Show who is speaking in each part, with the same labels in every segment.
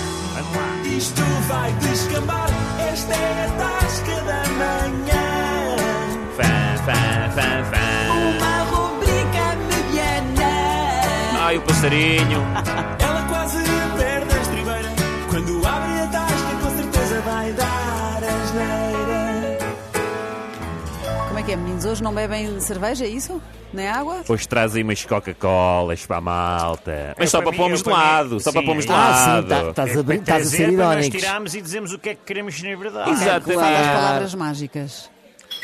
Speaker 1: Vamos lá.
Speaker 2: Isto vai descambar, esta é a tasca da manhã.
Speaker 1: Fã, fã, fã, fã.
Speaker 3: Uma rubrica mediana.
Speaker 1: Ai, o passarinho.
Speaker 2: Ela quase perde a estribeira. Quando abre a tasca, com certeza vai dar asneira.
Speaker 3: Como é que é, meninos? Hoje não bebem cerveja, é isso? Nem água?
Speaker 1: Hoje traz aí umas Coca-Colas para a malta. Mas
Speaker 4: Eu,
Speaker 1: só
Speaker 4: É, para
Speaker 1: para
Speaker 4: mim,
Speaker 1: pormos
Speaker 4: eu,
Speaker 1: de
Speaker 4: para mim,
Speaker 1: lado. Só
Speaker 4: sim,
Speaker 1: para pormos de
Speaker 4: é.
Speaker 5: Ah,
Speaker 1: lado.
Speaker 5: sim, tá- estás a, brin-
Speaker 4: para
Speaker 5: estás a
Speaker 4: trazer
Speaker 5: ser
Speaker 4: para nós
Speaker 5: irónicos.
Speaker 4: tirarmos e dizemos o que é que queremos na verdade.
Speaker 1: Exato.
Speaker 3: Fala as
Speaker 5: claro.
Speaker 3: palavras mágicas.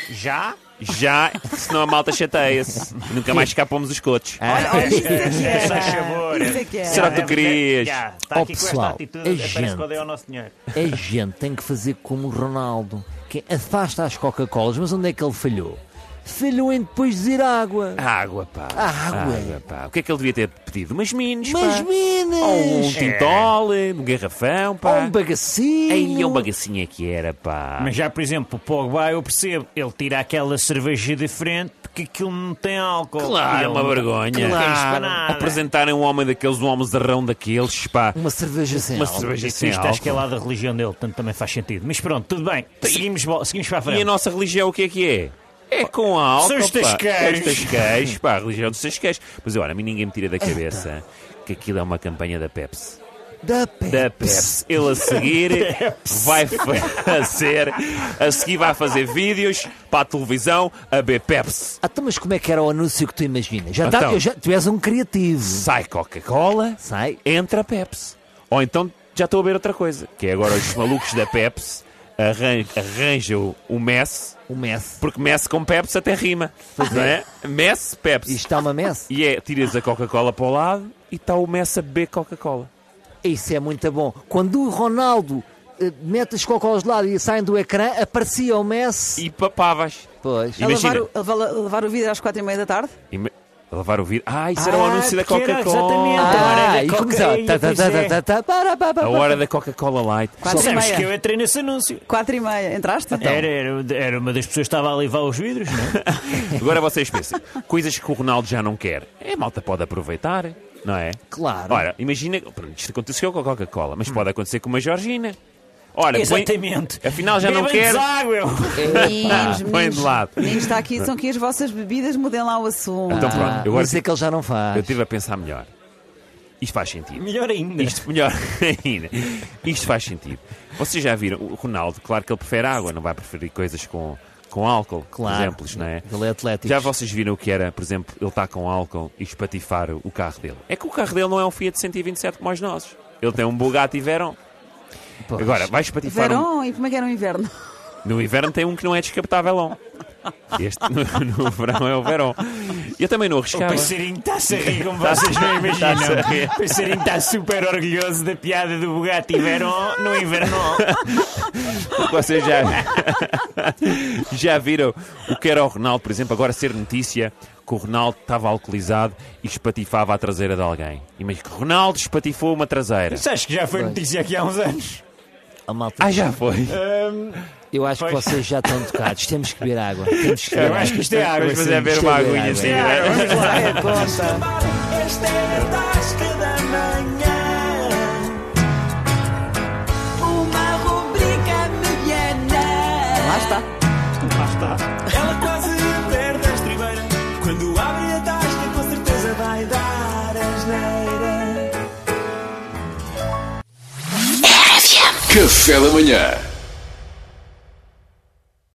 Speaker 4: Já?
Speaker 1: Já, senão a malta chateia-se. Nunca mais cá pomos os cotos.
Speaker 3: Olha, olha, isso é que
Speaker 4: É, só
Speaker 3: é.
Speaker 4: favor.
Speaker 3: Isso é que é.
Speaker 1: Será que tu
Speaker 4: É,
Speaker 1: querias?
Speaker 4: Já, está
Speaker 5: Ó,
Speaker 4: aqui
Speaker 5: pessoal,
Speaker 4: com esta
Speaker 5: é
Speaker 4: atitude. Parece
Speaker 5: gente.
Speaker 4: que odeia o nosso dinheiro.
Speaker 5: A gente tem que fazer como o Ronaldo, que afasta as Coca-Colas, mas onde é que ele falhou? Falhou em depois dizer água.
Speaker 1: Água, pá.
Speaker 5: Ah, Água.
Speaker 1: pá. O que é que ele devia ter pedido? Umas minis,
Speaker 5: mas
Speaker 1: pá. Ou um
Speaker 5: meninas!
Speaker 1: tintol, um garrafão,
Speaker 5: Ou
Speaker 1: pá.
Speaker 5: um bagacinho!
Speaker 1: Aí é um bagacinho é que era, pá.
Speaker 4: Mas já, por exemplo, o Pogba, eu percebo. Ele tira aquela cerveja de frente porque aquilo não tem álcool.
Speaker 1: Claro, é
Speaker 4: E ele
Speaker 1: uma
Speaker 4: não-
Speaker 1: vergonha.
Speaker 4: Não tem isto para
Speaker 5: Claro.
Speaker 4: nada.
Speaker 1: Apresentarem um homem daqueles, um homenzarrão daqueles, pá.
Speaker 5: Uma cerveja sem
Speaker 1: Uma
Speaker 5: álcool.
Speaker 1: cerveja-
Speaker 4: Isto
Speaker 1: sem
Speaker 4: isto
Speaker 1: álcool.
Speaker 4: acho que é lá da religião dele, portanto também faz sentido. Mas pronto, tudo bem. Seguimos, bo- seguimos para a
Speaker 1: E a
Speaker 4: frente.
Speaker 1: nossa religião o que é que é? É com álcool,
Speaker 4: São os
Speaker 1: pá.
Speaker 4: tasqueiros.
Speaker 1: São os tasqueiros, pá, a religião dos tasqueiros. Mas olha, a mim ninguém me tira da cabeça que aquilo é uma campanha da Pepsi.
Speaker 5: Da Pepsi.
Speaker 1: da Pepsi. Ele a seguir vai fazer, a seguir vai fazer vídeos para a televisão a ver Pepsi.
Speaker 5: Ah, então, mas como é que era o anúncio que tu imaginas? Já tá-
Speaker 1: Então.
Speaker 5: eu já, tu és um criativo.
Speaker 1: Sai Coca-Cola,
Speaker 5: Sai.
Speaker 1: entra Pepsi. Ou então já estou a ver outra coisa, que é agora os malucos da Pepsi arran- arranjam o Messi,
Speaker 5: O Messi.
Speaker 1: porque Messi com Pepsi até rima. Não é? Messi, Pepsi.
Speaker 5: Isto é uma Messi.
Speaker 1: E é, tiras a Coca-Cola para o lado e está o Messi a beber Coca-Cola.
Speaker 5: Isso é muito bom. Quando o Ronaldo eh, mete as Coca-Colas de lado e saem do ecrã, aparecia o Messi.
Speaker 1: E papavas.
Speaker 5: Pois.
Speaker 3: A
Speaker 1: Imagina.
Speaker 3: levar, o, a va- levar o vidro às quatro e meia da tarde?
Speaker 1: E me- Lavar o vidro. Ah, isso era o
Speaker 4: Ah,
Speaker 1: anúncio da
Speaker 4: porque era
Speaker 1: Coca-Cola.
Speaker 4: exatamente.
Speaker 1: Ah,
Speaker 4: hora da
Speaker 5: Ah, e
Speaker 4: Coca-
Speaker 5: começava.
Speaker 4: Ei,
Speaker 5: tá, tá,
Speaker 4: pois
Speaker 5: tá,
Speaker 4: é.
Speaker 5: tá, tá, para, para, para,
Speaker 1: A hora da Coca-Cola Light.
Speaker 3: Quatro e
Speaker 4: Sabes
Speaker 3: meia. Então.
Speaker 4: que eu entrei nesse anúncio.
Speaker 3: Quatro e meia. Entraste?
Speaker 1: Então,
Speaker 4: Era, era, era uma das pessoas que estava a levar os vidros, não é?
Speaker 1: Agora vocês pensem, coisas que o Ronaldo já não quer. É, a malta pode aproveitar, não é?
Speaker 5: Claro.
Speaker 1: Ora, imagina, pronto, isto aconteceu com a Coca-Cola, mas pode acontecer com uma Georgina. Ora,
Speaker 4: é
Speaker 1: põe-
Speaker 4: Exatamente.
Speaker 1: afinal já não
Speaker 4: Bebam
Speaker 1: quero.
Speaker 4: tipo deságua, eu.
Speaker 3: Meninos,
Speaker 1: põe de lado.
Speaker 3: meninos, está aqui, são aqui as vossas bebidas, mudem lá o assunto.
Speaker 1: Então pronto,
Speaker 5: Ah,
Speaker 1: agora
Speaker 5: mas é que ele já não faz.
Speaker 1: eu estive a pensar melhor. Isto faz sentido.
Speaker 4: Melhor ainda.
Speaker 1: Isto melhor ainda. Isto faz sentido. Vocês já viram, o Ronaldo, claro que ele prefere água, não vai preferir coisas com, com álcool,
Speaker 5: Claro.
Speaker 1: por exemplos, não é?
Speaker 5: Ele é atlético.
Speaker 1: Já vocês viram o que era, por exemplo, ele está com álcool e espatifar o carro dele? É que o carro dele não é um Fiat 127 como os nossos. Ele tem um Bugatti Veyron.
Speaker 5: Pois.
Speaker 1: Agora, vai espatifar um...
Speaker 3: Verão, e como é que era o inverno?
Speaker 1: No inverno tem um que não é descapotável. Este no, no verão é o Veyron. Eu também não
Speaker 4: O
Speaker 1: arriscava.
Speaker 4: passarinho está-se a rir como vocês não imaginam. O passarinho está super orgulhoso da piada do Bugatti Veyron no inverno.
Speaker 1: Vocês já, já viram o que era o Ronaldo, por exemplo, agora ser notícia que o Ronaldo estava alcoolizado e espatifava a traseira de alguém. Imagina que Ronaldo espatifou uma traseira.
Speaker 4: Mas acho que já foi notícia aqui há uns anos.
Speaker 5: A malta-
Speaker 1: Ah, já foi.
Speaker 4: Hum,
Speaker 5: Eu acho que
Speaker 4: Pois.
Speaker 5: vocês já estão tocados. Temos que beber água. Temos que beber
Speaker 4: eu acho que
Speaker 5: água.
Speaker 4: isto é água.
Speaker 1: Mas é
Speaker 4: sim.
Speaker 1: ver
Speaker 5: isto
Speaker 1: uma
Speaker 5: é
Speaker 1: aguinha
Speaker 5: água.
Speaker 1: assim.
Speaker 4: Água, vamos lá.
Speaker 2: Descambar, esta é a tasca da manhã.
Speaker 3: Uma rubrica mediana. Lá está.
Speaker 2: Ela quase perde a estribeira. Quando abre a tasca, com certeza vai dar asneira.
Speaker 6: Café da Manhã